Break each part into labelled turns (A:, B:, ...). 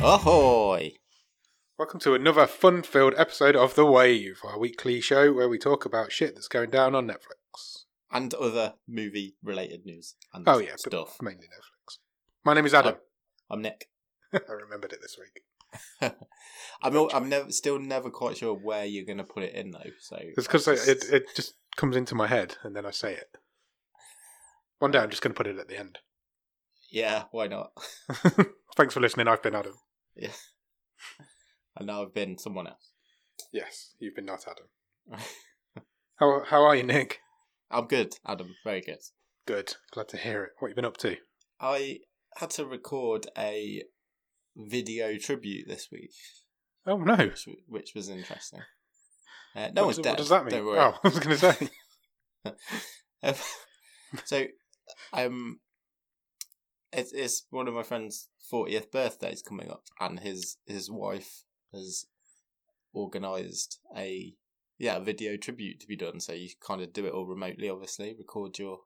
A: Ahoy!
B: Welcome to another fun filled episode of The Wave, our weekly show where we talk about shit that's going down on Netflix.
A: And other movie related news and
B: Oh, yeah,
A: stuff.
B: but mainly Netflix. My name is Adam.
A: I'm Nick.
B: I remembered it this week.
A: I'm al- I'm never still never quite sure where you're going to put it in though. So
B: It's because it, it just comes into my head and then I say it. One day I'm just going to put it at the end.
A: yeah, why not?
B: Thanks for listening. I've been Adam.
A: Yeah. And now I've been someone else.
B: Yes, you've been not Adam. how, how are you, Nick?
A: I'm good, Adam. Very good.
B: Good. Glad to hear it. What you been up to?
A: I had to record a video tribute this week,
B: Oh, no.
A: which, which was interesting. Uh, no
B: what,
A: one's
B: does-
A: dead.
B: What does that mean?
A: Don't worry.
B: Oh, I was going to say.
A: Um, so, um, it's, it's one of my friend's fortieth birthday's coming up, and his his wife has organised a yeah a video tribute to be done. So you kind of do it all remotely, obviously. Record your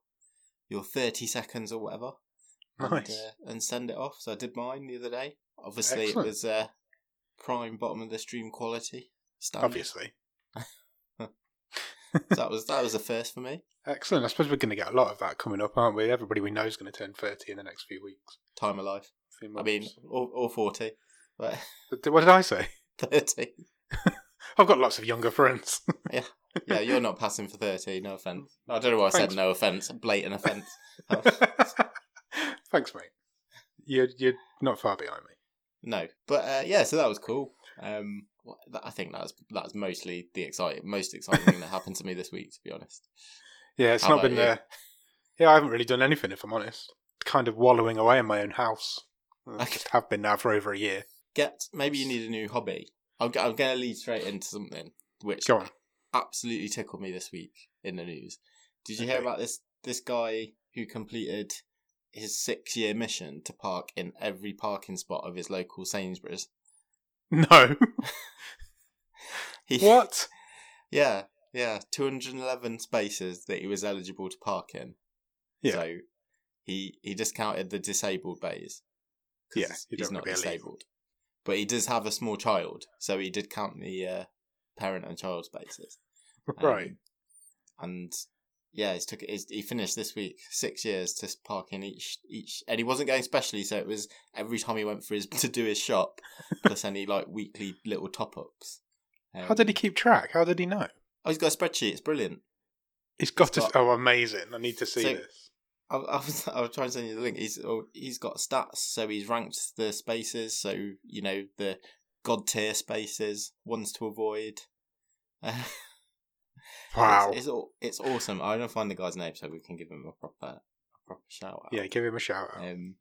A: your thirty seconds or whatever, and,
B: nice.
A: uh, and send it off. So I did mine the other day. Obviously,
B: Excellent.
A: it was uh, prime bottom of the stream quality. Standard.
B: Obviously.
A: So that was that was a first for me.
B: Excellent. I suppose we're going to get a lot of that coming up, aren't we? Everybody we know is going to turn 30 in the next few weeks.
A: Time of life.
B: Few
A: I
B: months.
A: mean, all, all 40, but
B: Th- what did I say?
A: 30.
B: I've got lots of younger friends.
A: Yeah, you're not passing for 30, no offence. I don't know why I
B: Thanks.
A: said no offence, blatant offence.
B: Thanks, mate. You're, you're not far behind me.
A: no, but uh, yeah, so that was cool. Um, wha- that- I think that's that's mostly the exciting, most exciting thing that happened to me this week, to be honest.
B: Yeah, it's
A: How
B: not
A: about
B: been.
A: you?
B: Uh, yeah, I haven't really done anything, if I'm honest. Kind of wallowing away in my own house. I
A: Okay.
B: just have been now for over a year.
A: Get maybe you need a new hobby. I'm, g- I'm going to lead straight into something which
B: Go on.
A: absolutely tickled me this week in the news. Did you hear
B: Okay.
A: about this this guy who completed his six year mission to park in every parking spot of his local Sainsbury's?
B: No.
A: He,
B: what?
A: Yeah, yeah. 211 spaces that he was eligible to park in.
B: Yeah.
A: So he he discounted the disabled bays. 'cause
B: Yeah, you
A: he's
B: don't
A: not
B: wanna be illegal.
A: disabled. But he does have a small child, so he did count the uh, parent and child spaces. Um,
B: Right.
A: And yeah, he's took he's, he finished this week six years to park in each each, and he wasn't going specially, so it was every time he went for his to do his shop, plus any like weekly little top ups.
B: How
A: um,
B: did he keep track? How did he know?
A: Oh, he's got a spreadsheet. It's brilliant.
B: He's got to.
A: got-
B: Oh, amazing. I need to see
A: So-
B: this.
A: I, I was I was trying to send you the link. He's oh, he's got stats, so he's ranked the spaces. So you know the god tier spaces, ones to avoid. Uh,
B: Wow.
A: it's, it's all it's awesome. I'm gonna find the guy's name so we can give him a proper a proper shout out.
B: Yeah, give him a shout out.
A: Um,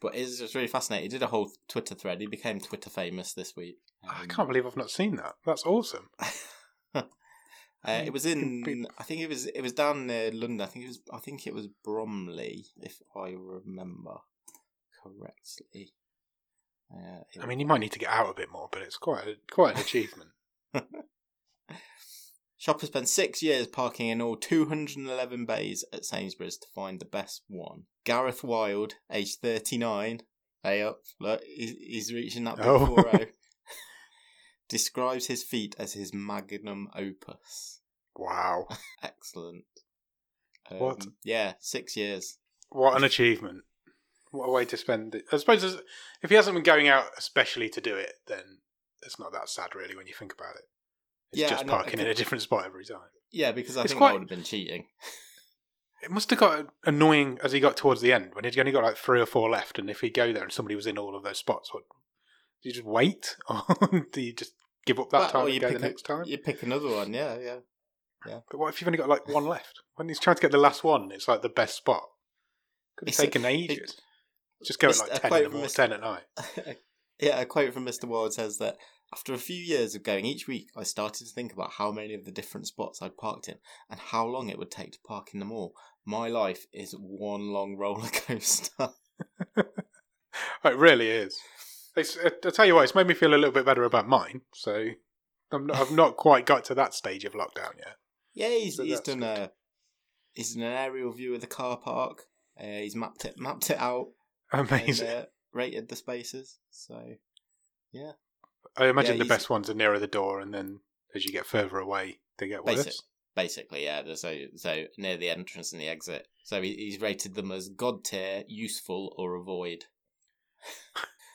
A: but it's just really fascinating. He did a whole Twitter thread. He became Twitter famous this week.
B: I
A: Um,
B: can't believe I've not seen that. That's awesome.
A: Uh,
B: Mm,
A: it was in.
B: Beep.
A: I think it was. It was down near London. I think it was. I think it was Bromley, if I remember correctly. Uh, it-
B: I mean, you might need to get out a bit more, but it's quite a, quite an achievement.
A: shoppers spend six years parking in all 211 bays at Sainsbury's to find the best one. Gareth Wild, age 39, hey up, look, he's, he's reaching that big
B: Oh.
A: 4-0, Describes his feat as his magnum opus.
B: Wow,
A: Excellent.
B: What?
A: Um, Yeah, six years.
B: what an achievement! What a way to spend it. I suppose it's- if he hasn't been going out especially to do it, then it's not that sad, really, when you think about it. It's
A: Yeah,
B: just
A: and I-
B: parking in a different spot every time.
A: Yeah, because I
B: It's
A: think
B: quite-
A: that would have been cheating.
B: It must have got annoying as he got towards the end when he'd only got like three or four left, and if he'd go there and somebody was in all of those spots, what do you just wait, or do you just give up that
A: Well,
B: time
A: or
B: and go the
A: a-
B: next time?
A: You pick another one, yeah, yeah.
B: But what if you've only got like one left? When he's trying to get the last one, it's like the best spot. Could have
A: It's a-
B: taken ages. Just go at
A: Mr-
B: like
A: a
B: ten in
A: quote
B: the
A: from
B: morning,
A: Mr.
B: ten at night.
A: yeah, a quote from Mr. Wild says that after a few years of going each week, I started to think about how many of the different spots I'd parked in and how long it would take to park in them all. My life is one long roller coaster.
B: It really is. It's, I I tell you what, it's made me feel a little bit better about mine. So I'm not, I've not quite got to that stage of lockdown yet.
A: yeah, he's,
B: So
A: he's
B: that's
A: done a he's done an aerial view of the car park. Uh, he's mapped it mapped it out and
B: Amazing.
A: uh, rated the spaces. So Yeah.
B: I imagine the
A: Yeah, you
B: best ones are nearer the door, and then as you get further away, they get worse.
A: Basic. Basically, yeah. So, so near the entrance and the exit. So he, he's rated them as god tier, useful, or avoid.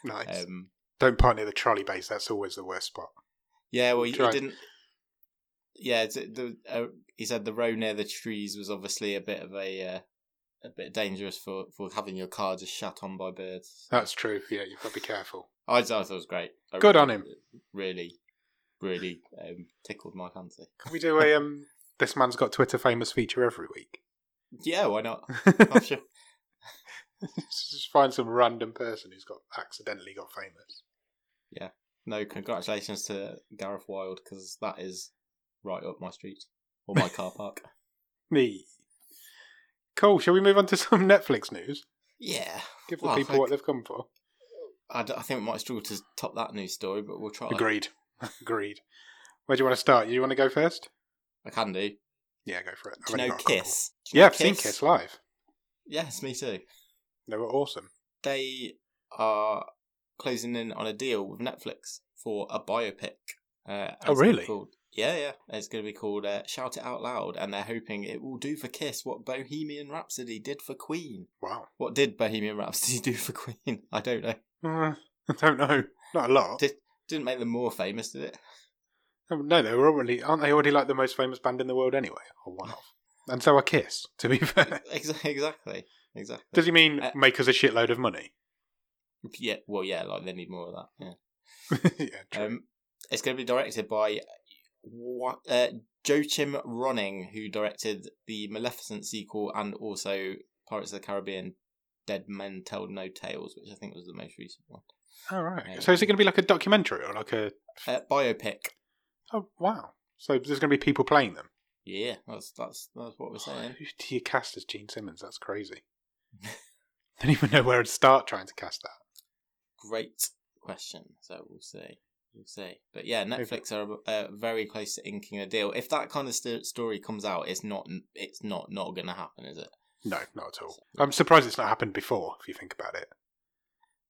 B: Nice.
A: Um,
B: Don't park near the trolley base. That's always the worst spot.
A: Yeah, well, he
B: Try.
A: didn't. Yeah, it's, the uh, he said the row near the trees was obviously a bit of a uh, a bit dangerous for, for having your car just shut on by birds.
B: That's true. Yeah, you've got to be careful.
A: I, I thought it was great. I
B: Good on him.
A: Really, really um, tickled my fancy.
B: Can we do a um? This man's got Twitter famous feature every week.
A: Yeah, why not? I'm
B: Let's
A: sure.
B: Just find some random person who's got accidentally got famous.
A: No, congratulations to Gareth Wild because that is right up my street or my car park.
B: Me. Cool. Shall we move on to some Netflix news?
A: Yeah,
B: Give the
A: Well,
B: people
A: thank-
B: what they've come for.
A: I, d- I think we might struggle to top that news story, but we'll try.
B: Agreed. Agreed. Where do you want to start? You want to go first?
A: I can do.
B: Yeah, go for it.
A: Do
B: I've
A: you
B: only
A: know
B: got a couple.
A: Kiss? Do you
B: Yeah,
A: know
B: I've seen Kiss live.
A: Yes, me too.
B: They were awesome.
A: They are closing in on a deal with Netflix for a biopic. Uh, and
B: Oh,
A: it's gonna be
B: really?
A: Called, yeah, yeah. And It's going to be called uh, "Shout It Out Loud," and they're hoping it will do for Kiss what Bohemian Rhapsody did for Queen.
B: Wow.
A: What did Bohemian Rhapsody do for Queen? I don't know.
B: Uh, I don't know. Not a lot.
A: Did- Didn't make them more famous, did it?
B: Um, No, they were already aren't they already like the most famous band in the world anyway, or one of? And so are Kiss. To be fair,
A: Ex- exactly, exactly.
B: does he mean
A: Uh,
B: make us a shitload of money?
A: Yeah, well, yeah. Like they need more of that. Yeah.
B: yeah, true.
A: Um, it's going to be directed by what, uh, Joachim Ronning, who directed the Maleficent sequel and also Pirates of the Caribbean: Dead Men Tell No Tales, which I think was the most recent one.
B: All right.
A: um,
B: so is it going to be like a documentary or like a?
A: Uh, biopic.
B: Oh wow! So there's going to be people playing them.
A: Yeah, that's that's that's what we're saying.
B: Who do you cast as Gene Simmons? That's crazy. don't even know where to start trying to cast that.
A: Great question. So we'll see. We'll see. But yeah, Netflix are uh, very close to inking a deal. If that kind of st- story comes out, it's not it's not not going to happen, is it?
B: No, not at all. I'm surprised it's not happened before. If you think about it,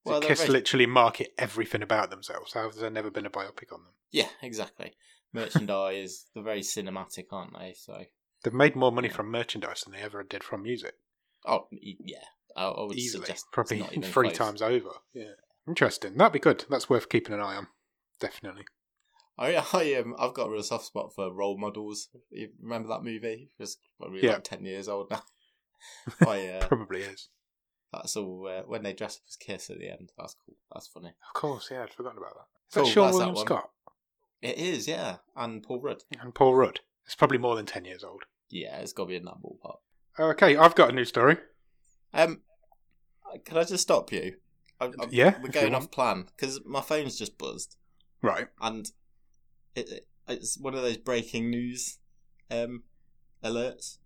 A: Well,
B: well,
A: they're
B: Kiss
A: very-
B: literally market everything about themselves. How has there never been a biopic on them?
A: Yeah, exactly. Merchandise, they're very cinematic, aren't they? So,
B: They've made more money from merchandise than they ever did from music.
A: oh e- yeah, I, I would
B: Easily.
A: suggest it's
B: Probably
A: not even
B: three
A: close.
B: times over. Yeah. Interesting. That'd be good. That's worth keeping an eye on. Definitely.
A: I, I um, I've got a real soft spot for role models. You remember that movie? It was when we were
B: Yeah.
A: like ten years old now. I uh,
B: Probably is.
A: that's all uh, when they dress up as Kiss at the end. That's cool. That's funny.
B: Of course, yeah, I'd forgotten about that. Is
A: Cool,
B: that Sean
A: Oh, that's that
B: William
A: one.
B: Scott
A: It is, yeah. And Paul Rudd.
B: and Paul Rudd? It's probably more than 10 years old.
A: Yeah, it's got to be in that ballpark.
B: Okay, I've got a new story.
A: Um, can I just stop you? I'm, I'm,
B: Yeah, if
A: we're
B: you
A: going off
B: want.
A: plan because my phone's just buzzed.
B: Right.
A: and it, it- it's one of those breaking news um, alerts.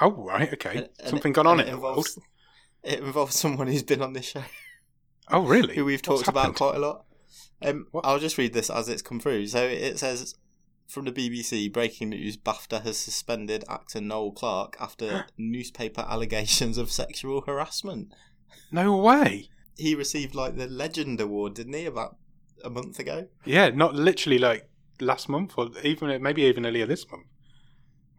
B: Oh, right, okay.
A: And- and
B: Something
A: it-
B: gone on
A: and
B: in
A: it
B: the
A: involves, It involves someone who's been on this show,
B: world. Oh, really?
A: who we've
B: What's
A: talked about
B: happened?
A: quite a lot. Um,
B: What?
A: I'll just read this as it's come through. So it says from the BBC: breaking news. BAFTA has suspended actor Noel Clark after newspaper allegations of sexual harassment.
B: No way.
A: He received like the Legend Award, didn't he? About a month ago.
B: Yeah, not literally like last month or even maybe even earlier this month.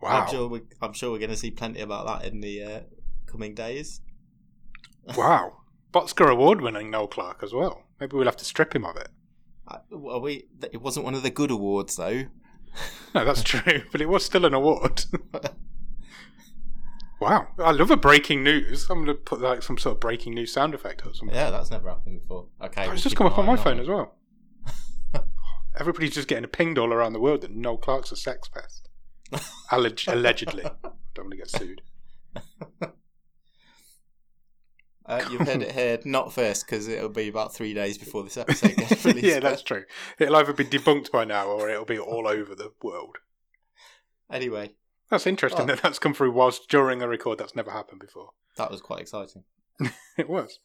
B: Wow.
A: I'm sure we, I'm sure we're going to see plenty about that in the uh, coming days.
B: Wow. Botsker award winning Noel Clark as well. Maybe we'll have to strip him of it.
A: Uh, Well, we th- it wasn't one of the good awards though.
B: No, that's true, but it was still an award. wow. I love a breaking news. I'm going to put like some sort of breaking news sound effect or something.
A: Yeah, that's never happened before. Okay,
B: Oh, it's just come up on my phone as well. Everybody's just getting pinged all around the world that Noel Clark's a sex pest. Alleg- allegedly. Don't want to get sued.
A: Uh, you've heard it here, not first, because it'll be about three days before this episode gets released.
B: yeah, that's true. It'll either be debunked by now or it'll be all over the world.
A: anyway,
B: That's interesting
A: Oh.
B: that that's come through whilst during a record. That's never happened before.
A: that was quite exciting.
B: It was.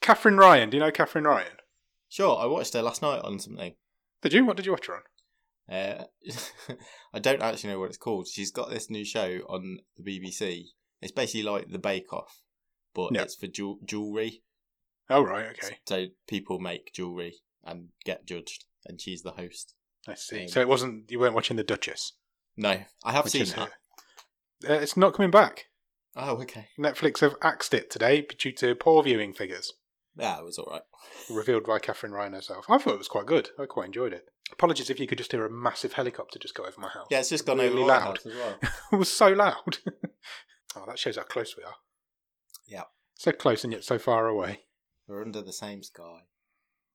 B: Catherine Ryan. Do you know Catherine Ryan?
A: Sure, I watched her last night on something.
B: Did you? What did you watch her on?
A: Uh, I don't actually know what it's called. She's got this new show on the BBC. It's basically like The Bake Off, but
B: Yeah.
A: it's for jew- jewelry.
B: Oh right, okay,
A: So people make jewelry and get judged, and she's the host.
B: I see.
A: Um,
B: So it wasn't you weren't watching The Duchess,
A: No, I have
B: which
A: seen
B: is
A: that.
B: her- Uh, it's not coming back.
A: Oh, okay.
B: Netflix have axed it today due to poor viewing figures,
A: Yeah, it was all right.
B: revealed by Catherine Ryan herself. I thought it was quite good. I quite enjoyed it. Apologies if you could just hear a massive helicopter just go over my house.
A: Yeah, it's just gone
B: Really
A: over my
B: loud.
A: house as well.
B: it was so loud. oh, that shows how close we are.
A: Yeah.
B: So close and yet so far away.
A: We're under the same sky.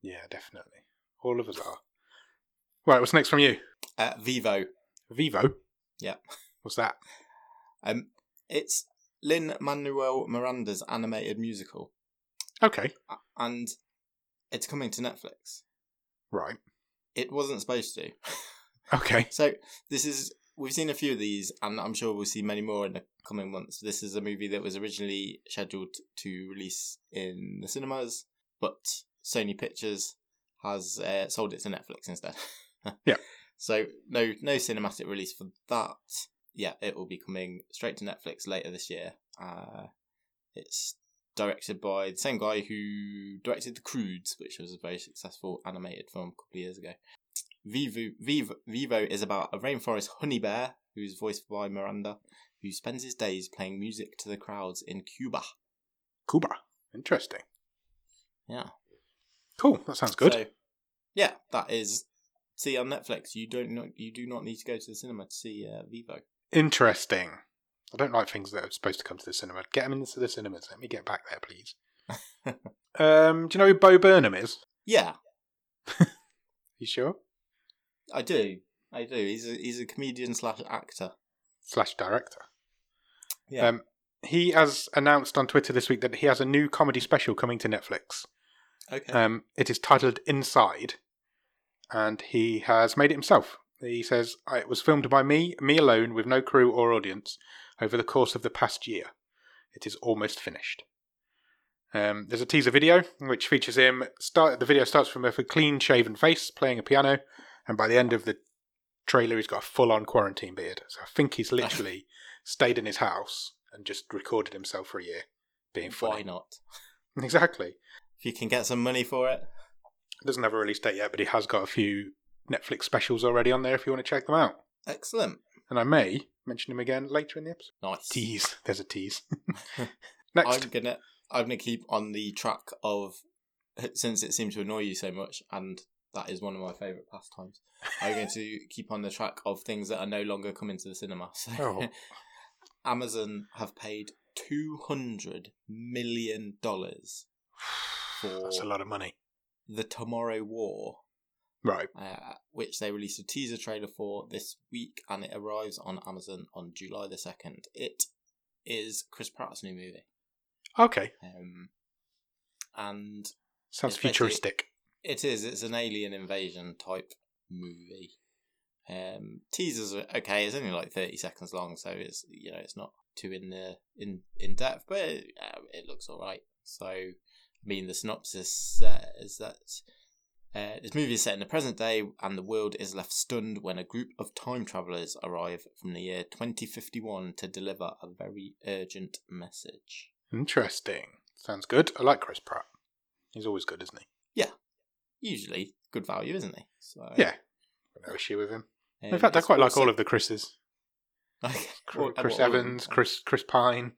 B: Yeah, definitely. All of us are. Right, what's next from you?
A: Uh, Vivo.
B: Vivo.
A: Yeah.
B: What's that?
A: Um, it's Lin Manuel Miranda's animated musical,
B: Okay.
A: a- and it's coming to Netflix.
B: Right.
A: It wasn't supposed to.
B: Okay.
A: So this is we've seen a few of these, and I'm sure we'll see many more in the coming months. This is a movie that was originally scheduled to release in the cinemas, but Sony Pictures has uh, sold it to Netflix instead.
B: Yeah.
A: So no no cinematic release for that. Yeah, it will be coming straight to Netflix later this year. Uh, it's directed by the same guy who directed The Crudes, which was a very successful animated film a couple of years ago. Vivo, Vivo, Vivo is about a rainforest honey bear who's voiced by Miranda, who spends his days playing music to the crowds in Cuba.
B: Cuba. Interesting.
A: Yeah.
B: Cool. That sounds good.
A: So, yeah, that is. See on Netflix, you don't know, you do not need to go to the cinema to see uh, Vivo.
B: Interesting. I don't like things that are supposed to come to the cinema. Get them into the cinemas. Let me get back there, please. um, do you know who Bo Burnham is?
A: Yeah,
B: You sure?
A: I do, I do. He's a, he's a comedian slash actor.
B: Slash director.
A: Yeah.
B: Um, he has announced on Twitter this week that he has a new comedy special coming to Netflix.
A: Okay.
B: Um, it is titled Inside, and he has made it himself. He says, It was filmed by me, me alone, with no crew or audience, over the course of the past year. It is almost finished. Um, there's a teaser video which features him. Start, the video starts from a clean shaven face playing a piano, and by the end of the trailer, he's got a full on quarantine beard. So I think he's literally stayed in his house and just recorded himself for a year being
A: Why
B: funny.
A: not?
B: Exactly
A: If you can get some money for it,
B: doesn't have a release date yet, but he has got a few Netflix specials already on there if you want to check them out.
A: excellent.
B: And I may mention him again later in the episode.
A: Nice.
B: Tease. There's a tease. Next.
A: I'm gonna I'm gonna keep on the track of since it seemed to annoy you so much, and that is one of my favourite pastimes. I'm going to keep on the track of things that are no longer coming to the cinema. So
B: Oh.
A: Amazon have paid two hundred million dollars
B: That's a lot of money.
A: the Tomorrow War,
B: Right.
A: uh, which they released a teaser trailer for this week, and it arrives on Amazon on July the second. It is Chris Pratt's new movie.
B: Okay.
A: Um, and
B: Sounds
A: It's basically-
B: futuristic.
A: it is, it's an alien invasion type movie. Um, teasers are okay. It's only like thirty seconds long, so it's you know it's not too in the in in depth, but it, uh, it looks all right. So, I mean, the synopsis says that uh, this movie is set in the present day, and the world is left stunned when a group of time travelers arrive from the year twenty fifty one to deliver a very urgent message.
B: Interesting. Sounds good. I like Chris Pratt. He's always good, isn't he?
A: usually good value, isn't he? So,
B: Yeah. Got no issue with him.
A: um,
B: In fact, I
A: it's
B: quite like
A: also-
B: all of the Chris's.
A: Okay,
B: Chris,
A: all-
B: Chris
A: all of them.
B: Evans, Chris Chris Pine.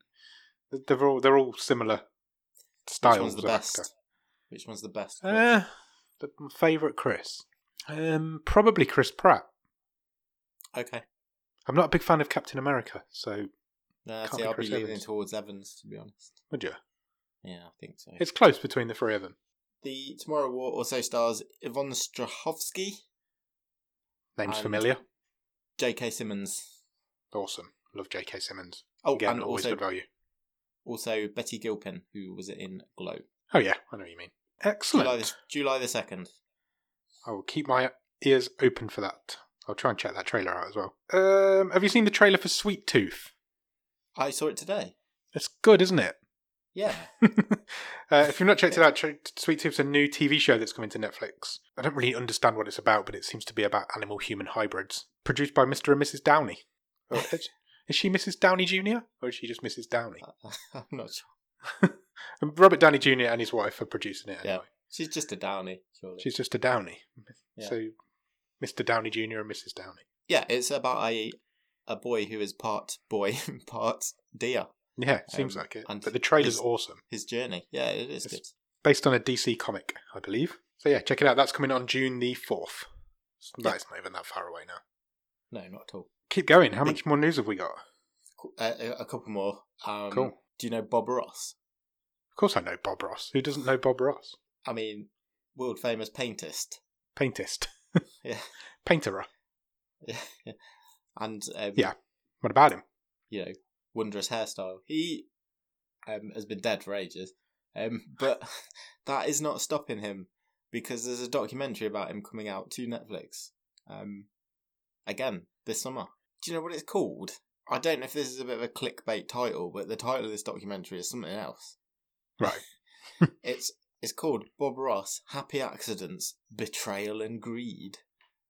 B: They're all they're all similar
A: Which
B: styles
A: one's the
B: of actor.
A: best? Which one's the best?
B: Uh, the my favourite Chris. Um, probably Chris Pratt.
A: okay,
B: I'm not a big fan of Captain America, so
A: no,
B: can't
A: see,
B: be
A: I'll be
B: Chris
A: leaning
B: Evans.
A: towards Evans to be honest.
B: would you?
A: Yeah, I think so.
B: It's close between the three of them.
A: The Tomorrow War also stars Yvonne Strahovski,
B: Name's
A: And-
B: familiar.
A: J.K. Simmons,
B: Awesome. Love J.K. Simmons.
A: oh,
B: Again,
A: and
B: always
A: also
B: good value.
A: also Betty Gilpin, who was in Glow.
B: Oh yeah, I know what you mean.
A: July
B: Excellent.
A: the, July the second.
B: I will keep my ears open for that. I'll try and check that trailer out as well. Um, have you seen the trailer for Sweet Tooth?
A: I saw it today.
B: It's good, isn't it?
A: Yeah.
B: Uh, if you've not checked it out, check Sweet Tooth's a new TV show that's coming to Netflix. I don't really understand what it's about, but it seems to be about animal human hybrids. Produced by Mr. and Mrs. Downey. Oh, is- is she Mrs. Downey Jr., or is she just Mrs. Downey?
A: I'm not sure.
B: And Robert Downey Jr. and his wife are producing it
A: Yeah.
B: anyway.
A: She's just a downy, surely.
B: She's just a Downey.
A: Yeah.
B: So, Mr. Downey Jr. and Mrs. Downey.
A: Yeah, it's about a a boy who is part boy, part deer.
B: Yeah, seems
A: Um,
B: like it.
A: and
B: But the trailer's
A: his-
B: awesome.
A: His journey. Yeah, it is
B: Yes.
A: good.
B: Based on a DC comic, I believe. So, yeah, check it out. That's coming on June the 4th. So
A: Yeah.
B: That's not even that far away now.
A: No, not at all.
B: Keep going. How
A: Big-
B: much more news have we got?
A: Cool. Uh, a- a couple more. Um,
B: Cool.
A: Do you know Bob Ross?
B: Of course, I know Bob Ross. Who doesn't know Bob Ross?
A: I mean, world famous paintist.
B: Paintist.
A: Yeah.
B: Painterer.
A: and um,
B: Yeah. What about him?
A: you know, wondrous hairstyle. He um, has been dead for ages, um, but that is not stopping him because there's a documentary about him coming out to Netflix um, again this summer. Do you know what it's called? I don't know if this is a bit of a clickbait title, but the title of this documentary is something else.
B: Right.
A: It's it's called Bob Ross: Happy Accidents, Betrayal, and Greed.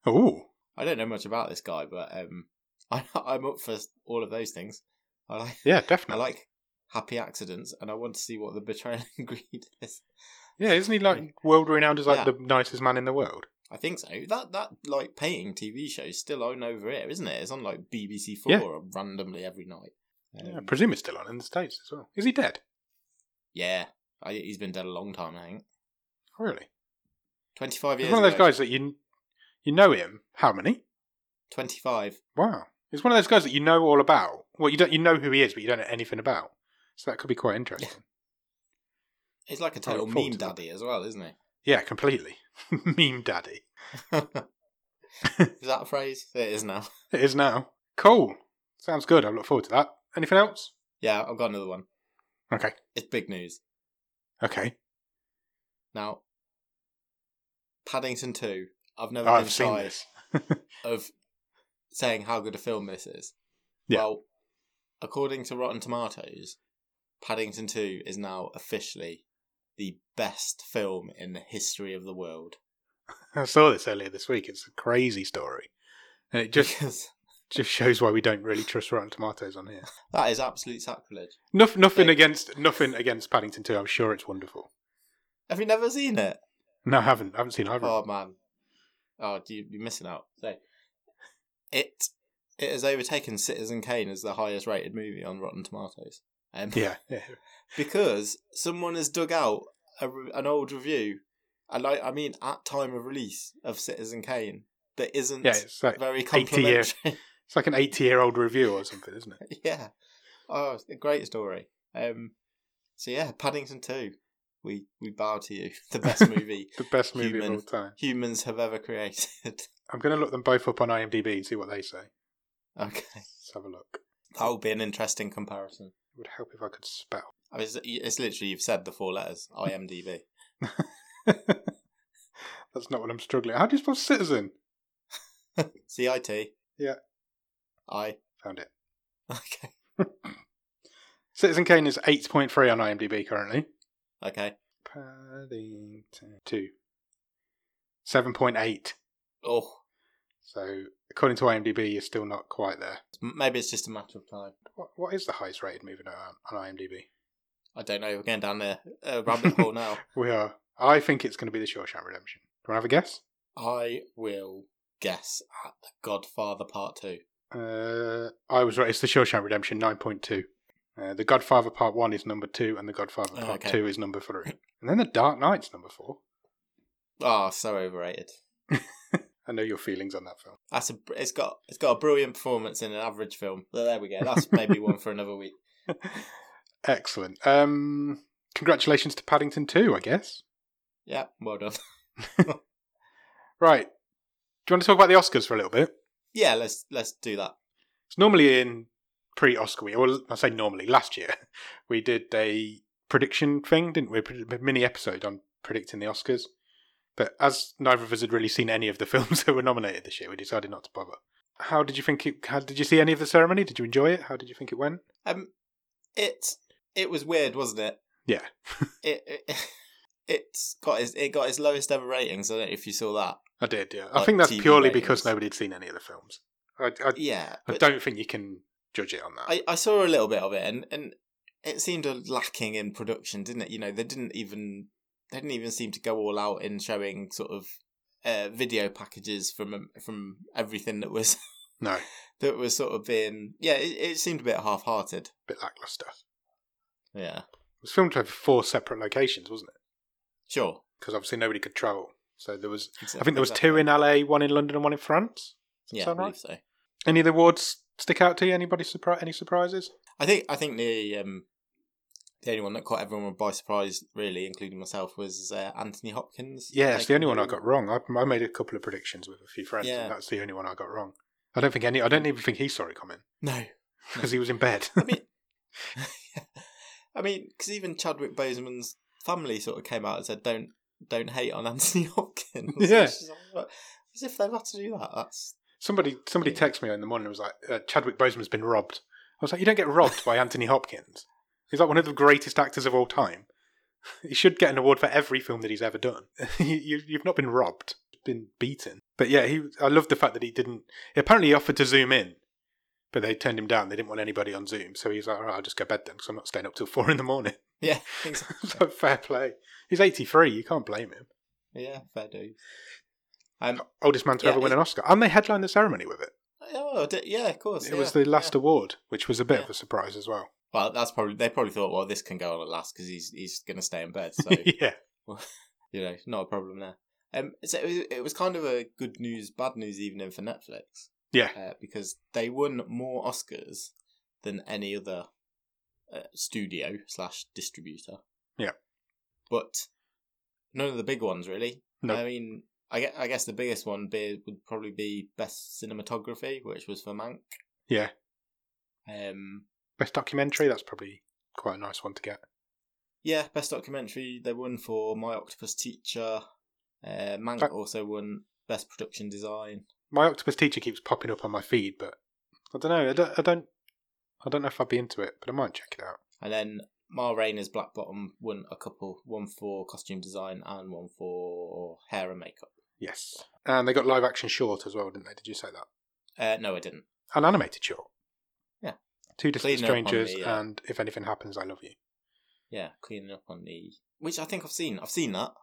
B: Oh,
A: I don't know much about this guy, but um, I, I'm up for all of those things. I like
B: yeah,
A: I
B: definitely.
A: like happy accidents, and I want to see what the betrayal and greed is.
B: yeah, isn't he like world renowned as like
A: Yeah.
B: the nicest man in the world?
A: I think so. That that like painting TV show is still on over here, isn't it? It's on like BBC Four
B: Yeah.
A: randomly every night. Um,
B: Yeah,
A: yeah,
B: I presume it's still on in the States as well. Is he dead?
A: I, he's been dead a long time. I think
B: Really?
A: twenty five
B: He's
A: years.
B: one of those
A: ago.
B: guys that you you know him. How many?
A: Twenty five.
B: Wow. He's one of those guys that you know all about. Well, you don't you know who he is, but you don't know anything about. So that could be quite interesting.
A: He's like a
B: I
A: total
B: look
A: meme
B: forward to that.
A: daddy as well, isn't he?
B: Yeah, completely. Meme daddy.
A: is that a phrase? It is now.
B: It is now. Cool. Sounds good. I look forward to that. Anything else?
A: Yeah, I've got another one.
B: Okay.
A: It's big news
B: Okay.
A: now. Paddington Two. I've never been
B: Oh, I've
A: shy
B: seen this.
A: of saying how good a film this is.
B: Yeah.
A: Well, according to Rotten Tomatoes, Paddington 2 is now officially the best film in the history of the world.
B: I saw this earlier this week. It's a crazy story, and it just
A: Because
B: just shows why we don't really trust Rotten Tomatoes on here.
A: that is absolute sacrilege.
B: Noth- nothing
A: Like-
B: against nothing against Paddington Two. I'm sure it's wonderful.
A: Have you never seen it?
B: No, I haven't. I haven't seen either.
A: Oh, man. Oh, do you, you're missing out. So, it it has overtaken Citizen Kane as the highest rated movie on Rotten Tomatoes. Um,
B: yeah, yeah.
A: because someone has dug out a, re- an old review, and I, I mean at time of release of Citizen Kane that isn't
B: yeah. It's like
A: very
B: 80 year-
A: complimentary.
B: it's like an 80 year old review or something, isn't it?
A: yeah, oh, it's a great story. Um, so yeah, Paddington Two, we we bow to you, the best movie
B: The best movie
A: Human.
B: of all time.
A: humans have ever created.
B: I'm going to look them both up on IMDb and see what they say.
A: okay,
B: Let's have a look.
A: that would be an interesting comparison.
B: It would help if I could spell.
A: I mean, it's, it's literally you've said the four letters IMDb.
B: That's not what I'm struggling. How do you spell citizen?
A: C I T.
B: Yeah.
A: I.
B: Found it.
A: Okay.
B: Citizen Kane is 8.3 on IMDb currently.
A: Okay.
B: Paddington 2. 7.8.
A: Oh,
B: So, according to IMDb, you're still not quite there.
A: maybe it's just a matter of time.
B: What, what is the highest rated movie on, on IMDb?
A: I don't know. We're going down the uh, rabbit hole now.
B: We are. I think it's going to be The Shawshank Redemption. Do you want to have a guess?
A: I will guess at The Godfather Part 2.
B: Uh, I was right. It's The Shawshank Redemption, 9.2. Uh, the Godfather Part 1 is number 2, and The Godfather
A: Oh,
B: Part
A: okay.
B: 2 is number 3. And then The Dark Knight's number 4.
A: Oh, so overrated.
B: I know your feelings on that film.
A: That's a. br- It's got. It's got a brilliant performance in an average film. Well, there we go. That's maybe one for another week.
B: Excellent. Um, congratulations to Paddington 2, I guess.
A: Yeah. Well done.
B: Right. Do you want to talk about the Oscars for a little bit?
A: Yeah. Let's let's do that.
B: It's normally in pre Oscar week, or I say normally, last year, we did a prediction thing, didn't we? A mini episode on predicting the Oscars. But as neither of us had really seen any of the films that were nominated this year, we decided not to bother. How did you think it? How did you see any of the ceremony? Did you enjoy it? How did you think it went?
A: Um, it it Um, was weird, wasn't it?
B: Yeah.
A: it, it it's got its, it got its lowest ever ratings. I don't know if you saw that.
B: I did, yeah. I
A: Like
B: think that's
A: TV
B: purely
A: ratings.
B: because nobody had seen any of the films. I, I,
A: Yeah,
B: I
A: but
B: don't think you can judge it on that.
A: I, I saw a little bit of it, and, and it seemed a lacking in production, didn't it? You know, they didn't even they didn't even seem to go all out in showing sort of uh, video packages from um, from everything that was
B: no,
A: that was sort of being yeah. It, it seemed a bit half hearted.
B: bit lackluster. It
A: Yeah,
B: was filmed over four separate locations, wasn't it?
A: sure.
B: Because obviously nobody could travel. So there was, I
A: Exactly-
B: think there was two in LA, one in London, and one in France.
A: Yeah, I
B: sound right?
A: believe so.
B: Any of the awards stick out to you? Anybody surpri- any surprises?
A: I think I think the um the only one that caught everyone by surprise, really, including myself, was uh, Anthony Hopkins.
B: Yeah, it's the only
A: Taking
B: one I
A: home-
B: got wrong. I, I made a couple of predictions with a few friends,
A: Yeah.
B: and that's the only one I got wrong. I don't think any. I don't even think he saw it coming
A: No,
B: because he was in bed.
A: I mean, I mean, because even Chadwick Boseman's family sort of came out and said, "Don't don't hate on Anthony Hopkins."
B: Yeah.
A: It's just like, as if they've had to do that. That's
B: somebody somebody
A: Yeah.
B: texted me in the morning. and was like, uh, Chadwick Boseman's been robbed. I was like, you don't get robbed by Anthony Hopkins. He's like one of the greatest actors of all time. He should get an award for every film that he's ever done. you, you, you've not been robbed, been beaten. But yeah, he. I love the fact that he didn't. Apparently, he offered to zoom in, but they turned him down. They didn't want anybody on Zoom, so he's like, all right, I'll just go bed then, because I'm not staying up till four in the morning.
A: yeah, exactly.
B: so fair play. He's 83. You can't blame him.
A: yeah, fair do. Um,
B: Oldest man to
A: Yeah,
B: ever win
A: he-
B: an Oscar, and they headlined the ceremony with it.
A: oh, d- yeah, of course.
B: It
A: yeah,
B: was the last
A: yeah.
B: award, which was a bit
A: Yeah.
B: of a surprise as well.
A: Well, that's probably they probably thought, well, this can go on at last because he's he's going to stay in bed. So
B: yeah.
A: you know, not a problem there. Um, so it was, it was kind of a good news, bad news evening for Netflix.
B: Yeah.
A: Uh, because they won more Oscars than any other uh, studio slash distributor.
B: Yeah.
A: But none of the big ones really.
B: No.
A: I mean, I guess, I guess the biggest one be, would probably be best cinematography, which was for Mank.
B: Yeah.
A: Um,
B: Best documentary, that's probably quite a nice one to get.
A: Yeah, best documentary they won for My Octopus Teacher. Uh, Mank
B: That-
A: also won best production design.
B: My Octopus Teacher keeps popping up on my feed, but I don't know. I don't I don't, I don't know if I'd be into it, but I might check it out.
A: And then Ma Rainey's Black Bottom won a couple, one for costume design and one for hair and makeup.
B: Yes. And they got live action short as well, didn't they? Did you say that?
A: Uh, no, I didn't.
B: An animated short.
A: Yeah.
B: Two Distant
A: Clean Up on
B: Strangers
A: the, uh,
B: and If Anything Happens, I Love You.
A: Yeah, cleaning up on the. Which I think I've seen. I've seen that.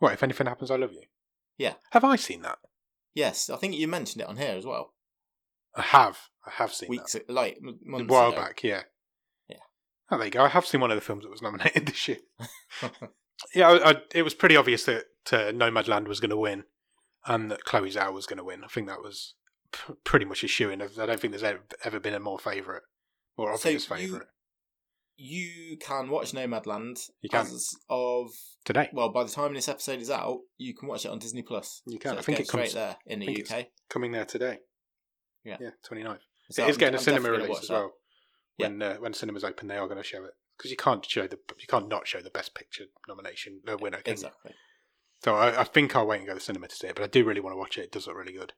B: What, If Anything Happens, I Love You?
A: Yeah.
B: Have I seen that?
A: Yes, I think you mentioned it on here as well.
B: I have. I have seen
A: Weeks, a- like m-
B: that. A
A: months
B: while
A: ago.
B: back, yeah.
A: Yeah.
B: Oh, there you go. I have seen one of the films that was nominated this year. Yeah, I, I, it was pretty obvious that uh, Nomadland was going to win, and that Chloe Zhao was going to win. I think that was p- pretty much a shoe in. I don't think there's ever, ever been a more favourite, more
A: So
B: obvious
A: you-
B: favourite
A: you can watch Nomadland
B: You can.
A: as of
B: today.
A: well by the time this episode is out, you can watch it on Disney Plus.
B: You can.
A: So
B: I think
A: goes
B: it comes
A: straight there in
B: I think
A: the
B: it's-
A: UK.
B: coming there today.
A: Yeah.
B: yeah, 29th.
A: So
B: it is
A: I'm-
B: getting a
A: I'm
B: cinema
A: definitely gonna
B: release
A: watch
B: as
A: that.
B: well. When uh, when cinemas open, they are going to show it because you can't show the you can't not show the best picture nomination uh, winner. Can you?
A: Exactly.
B: So I, I think I'll wait and go to the cinema to see it, but I do really want to watch it. It does look really good.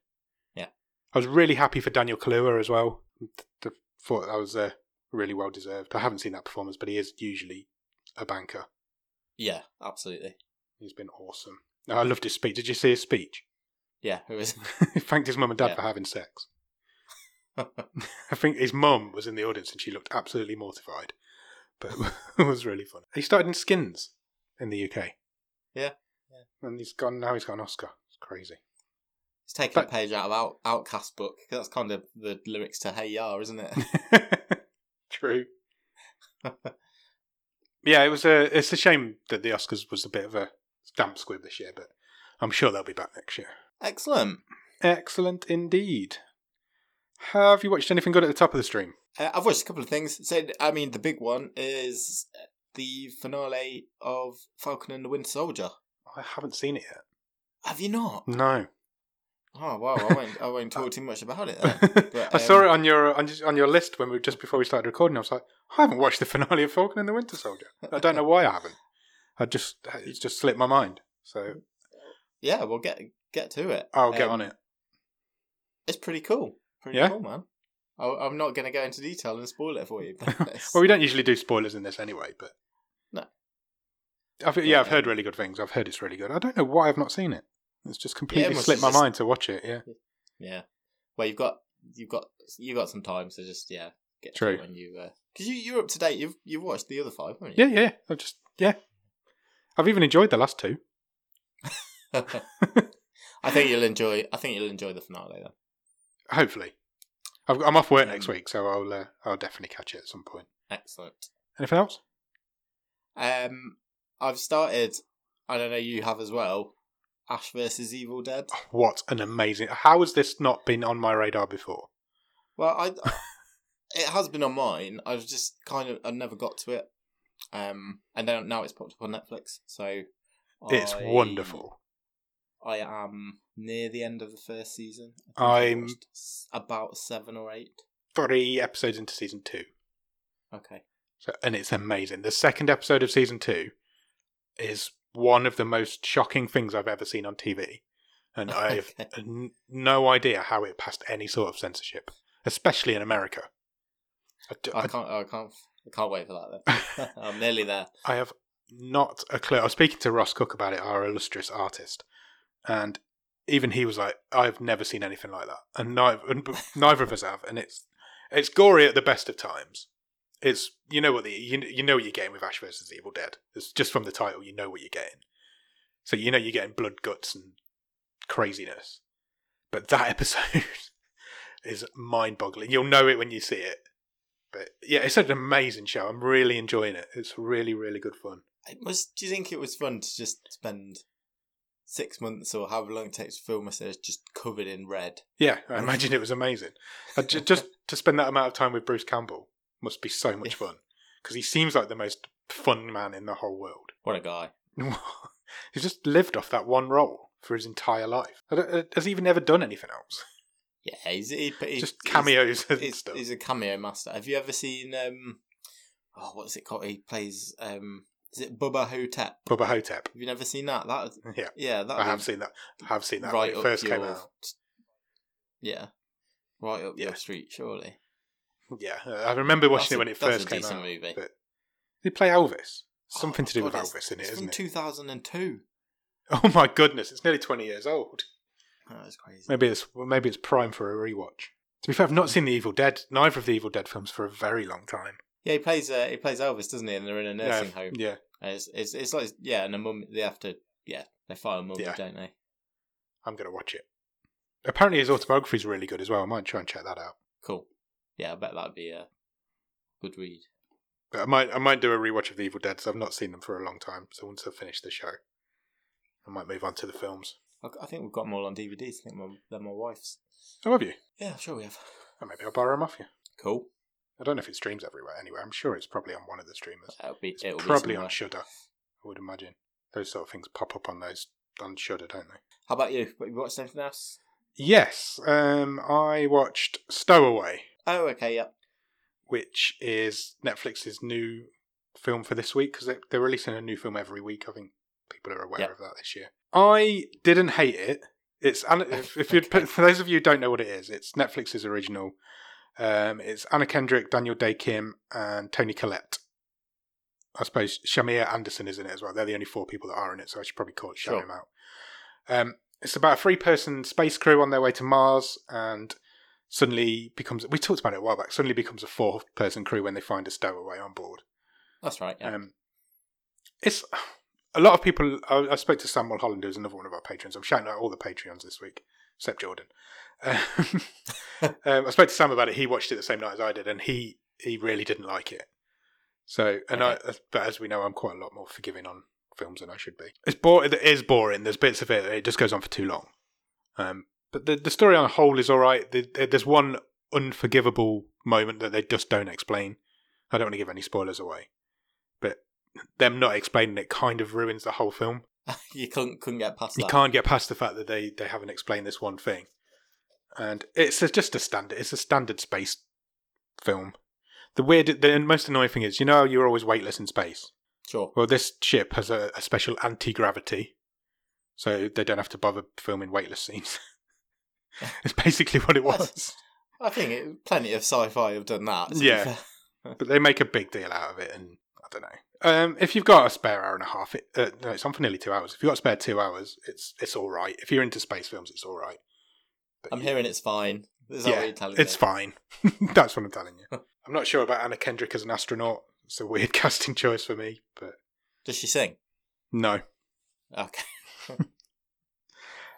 A: Yeah.
B: I was really happy for Daniel Kaluuya as well. Th- th- thought that was uh, really well deserved. I haven't seen that performance, but he is usually a banker.
A: Yeah, absolutely.
B: He's been awesome. I loved his speech. Did you see his speech?
A: Yeah, it was.
B: he thanked his mum and dad
A: Yeah.
B: for having sex. I think his mum was in the audience and she looked absolutely mortified, but it was really fun. He started in Skins in the UK.
A: Yeah, yeah.
B: And he's gone now. He's got an Oscar. It's crazy.
A: It's taking
B: But-
A: a page out of Out, Outcast book. 'cause That's kind of the lyrics to Hey Ya, isn't it?
B: True. yeah, it was a. It's a shame that the Oscars was a bit of a damp squib this year, but I'm sure they'll be back next year.
A: Excellent.
B: Excellent indeed. Have you watched anything good at the top of the stream?
A: Uh, I've watched a couple of things. So, I mean, the big one is the finale of Falcon and the Winter Soldier.
B: I haven't seen it yet.
A: Have you not?
B: No,
A: Oh wow, I won't. I won't talk too much about it. Then.
B: I saw
A: um,
B: it on your on, your- on your list when we just before we started recording. I was like, I haven't watched the finale of Falcon and the Winter Soldier. I don't know why I haven't. I just it's just slipped my mind. So
A: Yeah, we'll get get to it.
B: I'll get
A: Um,
B: on it.
A: It's pretty cool. Pretty
B: Yeah?
A: cool, man. I, I'm not going to go into detail and spoil it for you. But it's-
B: Well, we don't usually do spoilers in this anyway, but
A: No.
B: I've, yeah, I've heard really good things. I've heard it's really good. I don't know why I've not seen it. It's just completely
A: must
B: slipped my
A: just-
B: mind to watch it. Yeah,
A: Yeah. Well, you've got you've got you have got some time, so just yeah, get to
B: True.
A: it when you because you you're up to date. You've you've watched the other five, haven't
B: yeah,
A: you?
B: yeah. yeah. I've just yeah. I've even enjoyed the last two.
A: Yeah. I think you'll enjoy. I think you'll enjoy the finale then.
B: Hopefully, I've, I'm off work next
A: Um,
B: week, so I'll uh, I'll definitely catch it at some point.
A: Excellent.
B: Anything else?
A: Um, I've started. I don't know you have as well. Ash versus Evil Dead.
B: What an amazing! How has this not been on my radar before?
A: Well, I it has been on mine. I've just kind of I never got to it. Um, and then now it's popped up on Netflix. So
B: It's
A: I-
B: wonderful.
A: I am near the end of the first season. I think
B: I'm-
A: I've watched s- about seven or eight.
B: Three episodes into season two,
A: Okay.
B: so and it's amazing. The second episode of season two is one of the most shocking things I've ever seen on TV, and I've
A: Okay.
B: n- no idea how it passed any sort of censorship, especially in America. I d-
A: I can't. I can't. I can't wait for that. Then I'm nearly there.
B: I have not a clue. I was speaking to Ross Cook about it, our illustrious artist, and even he was like, "I've never seen anything like that," and neither, and neither of us have. And it's it's gory at the best of times. It's you know what the you, you know what you're getting with Ash versus Evil Dead. It's just from the title, you know what you're getting. So you know you're getting blood, guts, and craziness. But that episode is mind-boggling. You'll know it when you see it. But yeah, it's an amazing show. I'm really enjoying it. It's really, really good fun.
A: It was. Do you think it was fun to just spend six months or however long it takes to film a series just covered in red?
B: Yeah, I imagine it was amazing. Uh, ju- just to spend that amount of time with Bruce Campbell must be so much fun because he seems like the most fun man in the whole world.
A: What a guy!
B: He's just lived off that one role for his entire life. I don't- uh, Has he even ever done anything else?
A: Yeah, he's he, he,
B: just
A: he's-
B: cameos and
A: He's,
B: stuff.
A: he's a cameo master. Have you ever seen? um Oh, what's it called? He plays. um Is it Bubba Hotep?
B: Bubba Hotep.
A: Have you never seen that? That.
B: Yeah,
A: Yeah, that.
B: I have seen that. I have seen that
A: Um, right
B: when it
A: up
B: first
A: your,
B: came out.
A: Yeah, right up
B: Yeah.
A: your street, surely.
B: Yeah, uh, I remember watching
A: That's
B: it
A: a-
B: when it
A: that's
B: first
A: a
B: came
A: decent
B: out.
A: movie.
B: But did he play Elvis? Something
A: Oh,
B: to do with
A: God,
B: Elvis
A: it's-
B: in it,
A: it's
B: isn't
A: from
B: it?
A: Two thousand and two.
B: Oh my goodness, it's nearly twenty years old.
A: That is Oh, crazy.
B: Maybe it's well, maybe it's prime for a rewatch. To be fair, I've not seen the Evil Dead, neither of the Evil Dead films for a very long time.
A: Yeah, he plays. Uh, he plays Elvis, doesn't he? And they're in a nursing
B: yeah,
A: home.
B: yeah,
A: And it's, it's it's like yeah, and a mum. They have to yeah, they fire a mum,
B: Yeah.
A: don't they?
B: I'm gonna watch it. Apparently, his autobiography is really good as well. I might try and check that out.
A: Cool. Yeah, I bet that'd be a good read.
B: But I might I might do a rewatch of the Evil Dead. 'cause I've not seen them for a long time. So once I finish the show, I might move on to the films.
A: I, I think we've got them all on DVDs. I think my, they're my wife's.
B: Oh, have you?
A: Yeah, I'm sure we have.
B: Or maybe I'll borrow them off you.
A: Cool.
B: I don't know if it streams everywhere. Anyway, I'm sure it's probably on one of the streamers.
A: That'll be.
B: It's
A: It'll
B: probably
A: be
B: on
A: somewhere.
B: Shudder. I would imagine those sort of things pop up on those on Shudder, don't they?
A: How about you? Have you watched anything else?
B: Yes, um, I watched Stowaway,
A: Oh, okay. Yeah.
B: which is Netflix's new film for this week because they're releasing a new film every week. I think people are aware
A: Yeah.
B: of that this year. I didn't hate it. It's and if, if you'd put, for those of you who don't know what it is, it's Netflix's original. Um, it's Anna Kendrick, Daniel Day Kim, and Tony Collette. I suppose Shamir Anderson is in it as well. They're the only four people that are in it, so I should probably call it shout
A: Sure.
B: him out. Um, it's about a three-person space crew on their way to Mars, and suddenly becomes we talked about it a while back suddenly becomes a four person crew when they find a stowaway on board
A: That's right. Yeah.
B: um it's a lot of people i, I spoke to sam mulholland who's another one of our patrons i'm shouting out all the patreons this week except jordan um, um, i spoke to sam about it he watched it the same night as i did and he he really didn't like it so and i but as we know i'm quite a lot more forgiving on films than i should be it's boring it is boring there's bits of it it just goes on for too long um but the, the story on the whole is all right the, the- there's one unforgivable moment that they just don't explain i don't want to give any spoilers away but them not explaining it kind of ruins the whole film
A: you couldn't couldn't get past
B: you
A: that.
B: can't get past the fact that they they haven't explained this one thing and it's a, just a standard it's a standard space film the weird the most annoying thing is you know how you're always weightless in space
A: Sure.
B: well this ship has a, a special anti-gravity so they don't have to bother filming weightless scenes it's basically what it
A: What?
B: was
A: I think it, plenty of sci-fi have done that. to be
B: Yeah.
A: fair.
B: but they make a big deal out of it and i don't know Um, if you've got a spare hour and a half, it, uh, no, it's on for nearly two hours. If you've got a spare two hours, it's it's all right. If you're into space films, it's all right. But
A: I'm
B: you-
A: hearing it's fine. Is that
B: Yeah,
A: what you're telling
B: it's
A: me?
B: fine. That's what I'm telling you. I'm not sure about Anna Kendrick as an astronaut. It's a weird casting choice for me, but
A: Does she sing?
B: no.
A: Okay.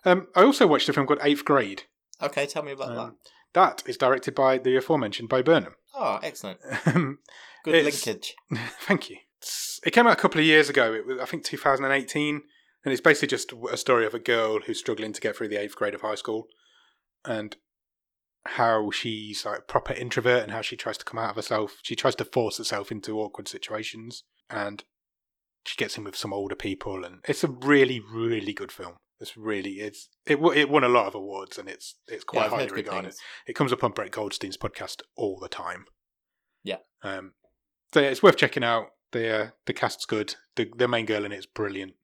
B: Um, I also watched a film called Eighth Grade.
A: Okay, tell me about that.
B: Um, That is directed by the aforementioned Bo Burnham.
A: Oh, excellent.
B: Um,
A: Good
B: it's-
A: linkage.
B: Thank you. It's- It came out a couple of years ago. It was, I think, 2018, and it's basically just a story of a girl who's struggling to get through the eighth grade of high school, and how she's like a proper introvert and how she tries to come out of herself. She tries to force herself into awkward situations, and she gets in with some older people. And it's a really, really good film. It's really it's it wo- it won a lot of awards, and it's it's
A: Yeah,
B: quite
A: I've
B: highly
A: heard good
B: regarded.
A: things.
B: It comes up on Brett Goldstein's podcast all the time.
A: Yeah.
B: Um, so yeah, it's worth checking out. The uh, the cast's good. The the main girl in it is brilliant.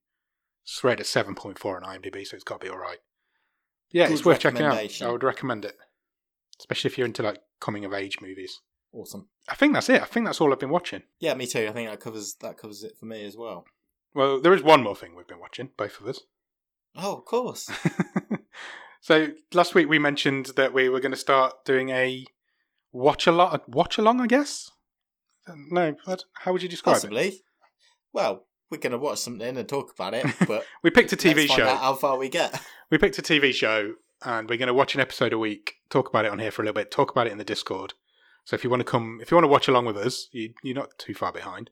B: It's rated at seven point four on IMDb, so it's got to be all right. Yeah, it's
A: Good
B: worth checking out.
A: recommendation.
B: I would recommend it, especially if you're into like coming of age movies.
A: Awesome.
B: I think that's it. I think that's all I've been watching.
A: Yeah, me too. I think that covers that covers it for me as well.
B: Well, there is one more thing we've been watching, both of us.
A: Oh, of course.
B: so last week we mentioned that we were going to start doing a watch a lot watch along, I guess. No, what- how would you describe it?
A: Possibly. Well, we're gonna watch something and talk about it, but
B: We picked a TV
A: let's find
B: show.
A: out how far we get.
B: we picked a TV show and we're going to watch an episode a week, talk about it on here for a little bit, talk about it in the Discord. So if you want to come, if you want to watch along with us, you, you're not too far behind.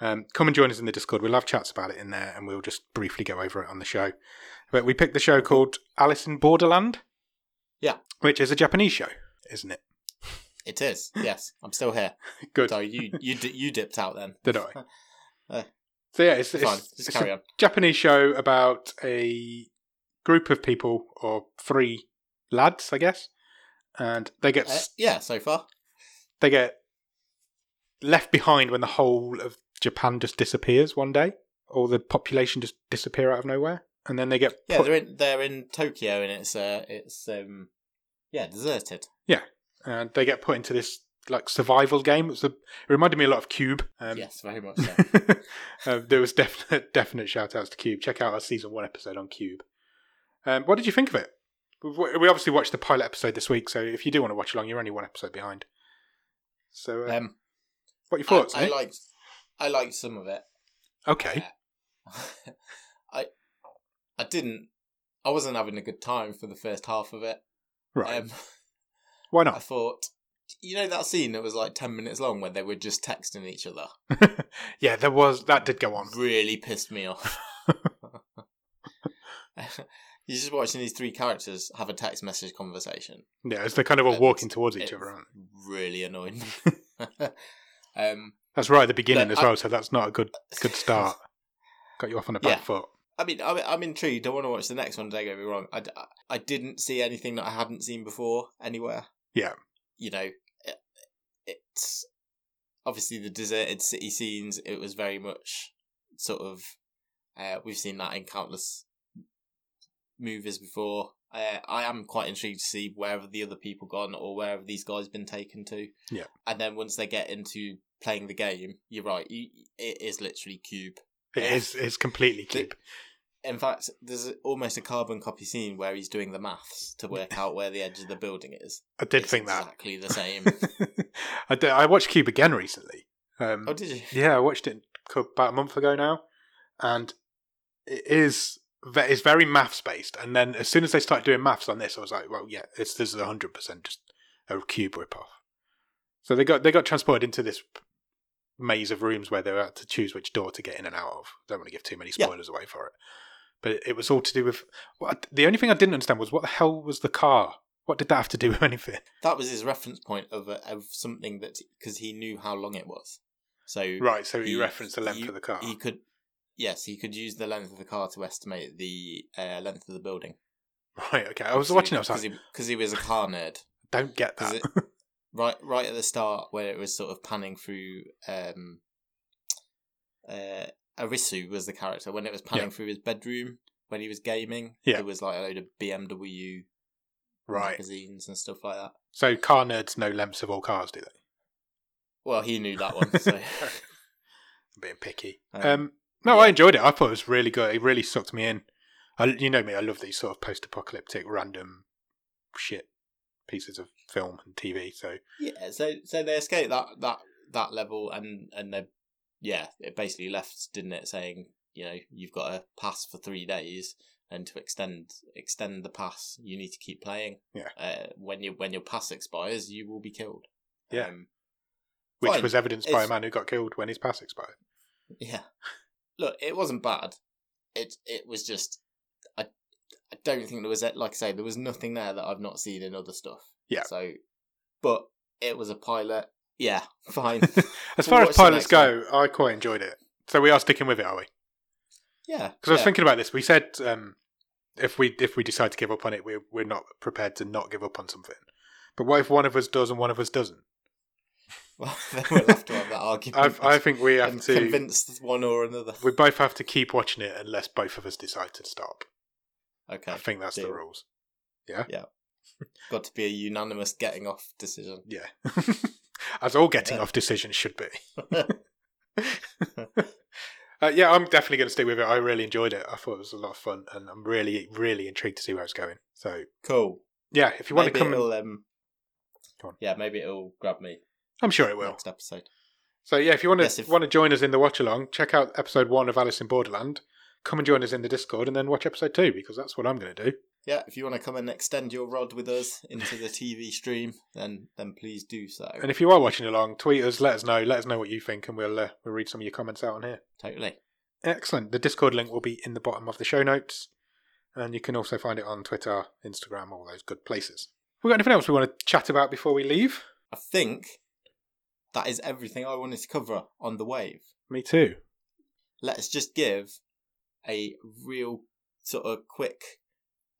B: Um, come and join us in the Discord. We'll have chats about it in there and we'll just briefly go over it on the show. But we picked the show called Alice in Borderland.
A: Yeah.
B: Which is a Japanese show, isn't it?
A: It is. Yes, I'm still here.
B: Good.
A: So you you di- you dipped out then.
B: Did I?
A: Uh,
B: so yeah, it's, it's,
A: Fine. Just
B: it's
A: carry
B: a
A: on.
B: Japanese show about a group of people or three lads, I guess. And they get
A: Uh, yeah. So far.
B: they get left behind when the whole of Japan just disappears one day, or the population just disappear out of nowhere, and then they get
A: Yeah,
B: put-
A: they're in they're in Tokyo and it's uh it's um yeah deserted.
B: and uh, they get put into this like survival game. It's a, it reminded me a lot of Cube. Um,
A: yes, very much so.
B: um, there was definite definite shout outs to Cube. Check out our season one episode on Cube. Um, what did you think of it? We've- We obviously watched the pilot episode this week, so if you do want to watch along, you're only one episode behind. So, uh,
A: um,
B: what are your thoughts?
A: I, I
B: eh?
A: liked I liked some of it.
B: okay,
A: I I didn't. I wasn't having a good time for the first half of it.
B: right. Oh.
A: Um,
B: Why
A: I
B: not?
A: thought, you know, that scene that was like ten minutes long where they were just texting each other
B: yeah, there was that did go on.
A: really pissed me off. You're just watching these three characters have a text message conversation.
B: Yeah, it's the kind of all
A: It's-
B: walking towards each
A: it's
B: other, aren't they?
A: Really annoying. um,
B: That's right at the beginning
A: Look,
B: as
A: I-
B: well, so that's not a good good start. Got you off on the back
A: Yeah.
B: foot.
A: I mean, I'm, I'm intrigued. I want to watch the next one. Don't get me wrong. I, d- I didn't see anything that I hadn't seen before anywhere.
B: Yeah.
A: You know, it, it's obviously the deserted city scenes. It was very much sort of, uh, we've seen that in countless movies before. Uh, I am quite intrigued to see where have the other people gone or where have these guys been taken to.
B: Yeah.
A: And then once they get into playing the game, you're right. You, it is literally cube.
B: It
A: Yeah.
B: is it's completely cheap.
A: In fact, there's almost a carbon copy scene where he's doing the maths to work out where the edge of the building is.
B: I did
A: It's
B: think that.
A: exactly the same.
B: I did, I watched Cube again recently. Um,
A: oh, did you?
B: yeah, I watched it cou- about a month ago now, and it is ve- it's very maths based. And then as soon as they started doing maths on this, I was like, well, yeah, it's, this is hundred percent just a cube ripoff. So they got they got transported into this maze of rooms where they were had to choose which door to get in and out of. Don't want to give too many
A: Yeah.
B: spoilers away for it, but it, it was all to do with what the only thing I didn't understand was what the hell was the car? What did that have to do with anything?
A: That was his reference point of a, of something that because he knew how long it was, so
B: Right, so he,
A: He-
B: referenced the length
A: he-
B: of the car.
A: he could. Yes, he could use the length of the car to estimate the uh, length of the building.
B: right, okay. I was watching it. I was like,
A: because he, 'cause he was a car nerd.
B: don't get that.
A: Because it right right at the start where it was sort of panning through um uh Arisu was the character when it was panning through his bedroom when he was gaming.
B: Yeah.
A: There was like a load of BMW
B: right.
A: magazines and stuff like that.
B: So car nerds know lengths of all cars, do they?
A: Well, he knew that one, so
B: It'd be being picky.
A: Um,
B: Um, no,
A: yeah.
B: I enjoyed it. I thought it was really good. It really sucked me in. I, you know me. I love these sort of post-apocalyptic random shit pieces of film and TV. So
A: Yeah, so so they escaped that that that level, and and they, yeah, it basically left, didn't it, saying you know you've got a pass for three days, and to extend extend the pass, you need to keep playing.
B: Yeah.
A: Uh, when you when your pass expires, you will be killed.
B: Yeah.
A: Um,
B: which
A: Fine.
B: was evidenced by
A: It's-
B: a man who got killed when his pass expired.
A: yeah. Look, it wasn't bad. It it was just I I don't think there was like I say there was nothing there that I've not seen in other stuff.
B: Yeah.
A: So, but it was a pilot. Yeah, fine.
B: As
A: We'll
B: far as
A: watch the
B: pilots
A: next one.
B: go, I quite enjoyed it. So we are sticking with it, are we?
A: yeah.
B: Because I was
A: yeah.
B: thinking about this. We said um, if we if we decide to give up on it, we're we're not prepared to not give up on something. But what if one of us does and one of us doesn't?
A: Well, then we'll have to have that argument.
B: I've, I think we have
A: and
B: to.
A: convince one or another.
B: We both have to keep watching it unless both of us decide to stop.
A: Okay,
B: I think that's the
A: deal.
B: rules.
A: got to be a unanimous getting off decision.
B: Yeah. As all getting
A: Yeah.
B: off decisions should be. Uh, yeah, I'm definitely going to stick with it. I really enjoyed it. I thought it was a lot of fun, and I'm really, really intrigued to see where it's going. So,
A: Cool.
B: yeah, if you want
A: maybe
B: to come, and,
A: it'll, um,
B: Go on.
A: yeah, maybe it'll grab me
B: I'm sure it will.
A: next episode.
B: So yeah, if you want to
A: Yes, if-
B: want to join us in the watch along, check out episode one of Alice in Borderland. Come and join us in the Discord, and then watch episode two because that's what I'm going to do.
A: Yeah, if you want to come and extend your rod with us into the TV stream, then then please do so.
B: And if you are watching along, tweet us, let us know, let us know what you think, and we'll uh, we'll read some of your comments out on here.
A: Totally.
B: Excellent. The Discord link will be in the bottom of the show notes, and you can also find it on Twitter, Instagram, all those good places. We got anything else we want to chat about before we leave?
A: I think that is everything I wanted to cover on the wave.
B: Me too.
A: let's just give a real sort of quick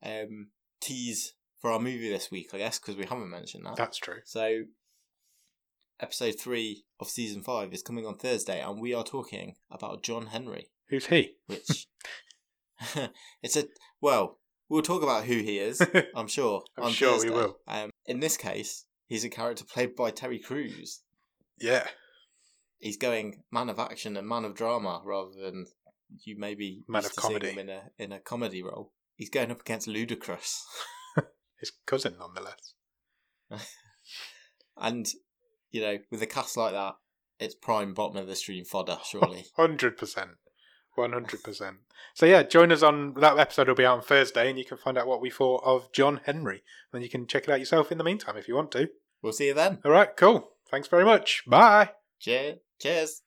A: um, tease for our movie this week, I guess, because we haven't mentioned that.
B: That's true.
A: So, episode three of season five is coming on Thursday, and we are talking about John Henry,
B: Who's he?
A: which it's a well, we'll talk about who he is. I'm sure.
B: I'm
A: on
B: sure we
A: Thursday.
B: will.
A: Um, in this case, he's a character played by Terry Crews.
B: yeah.
A: he's going man of action and man of drama rather than you maybe
B: Man of
A: used to seeing
B: comedy.
A: him in a in a comedy role. He's going up against Ludacris,
B: His cousin, nonetheless.
A: and you know, with a cast like that, it's prime bottom of the stream fodder. Surely,
B: Hundred percent. One hundred percent. So yeah, join us on that episode will be out on Thursday and you can find out what we thought of John Henry. Then you can check it out yourself in the meantime if you want to.
A: we'll see you then.
B: Alright, cool. Thanks very much. Bye.
A: Cheers. Cheers.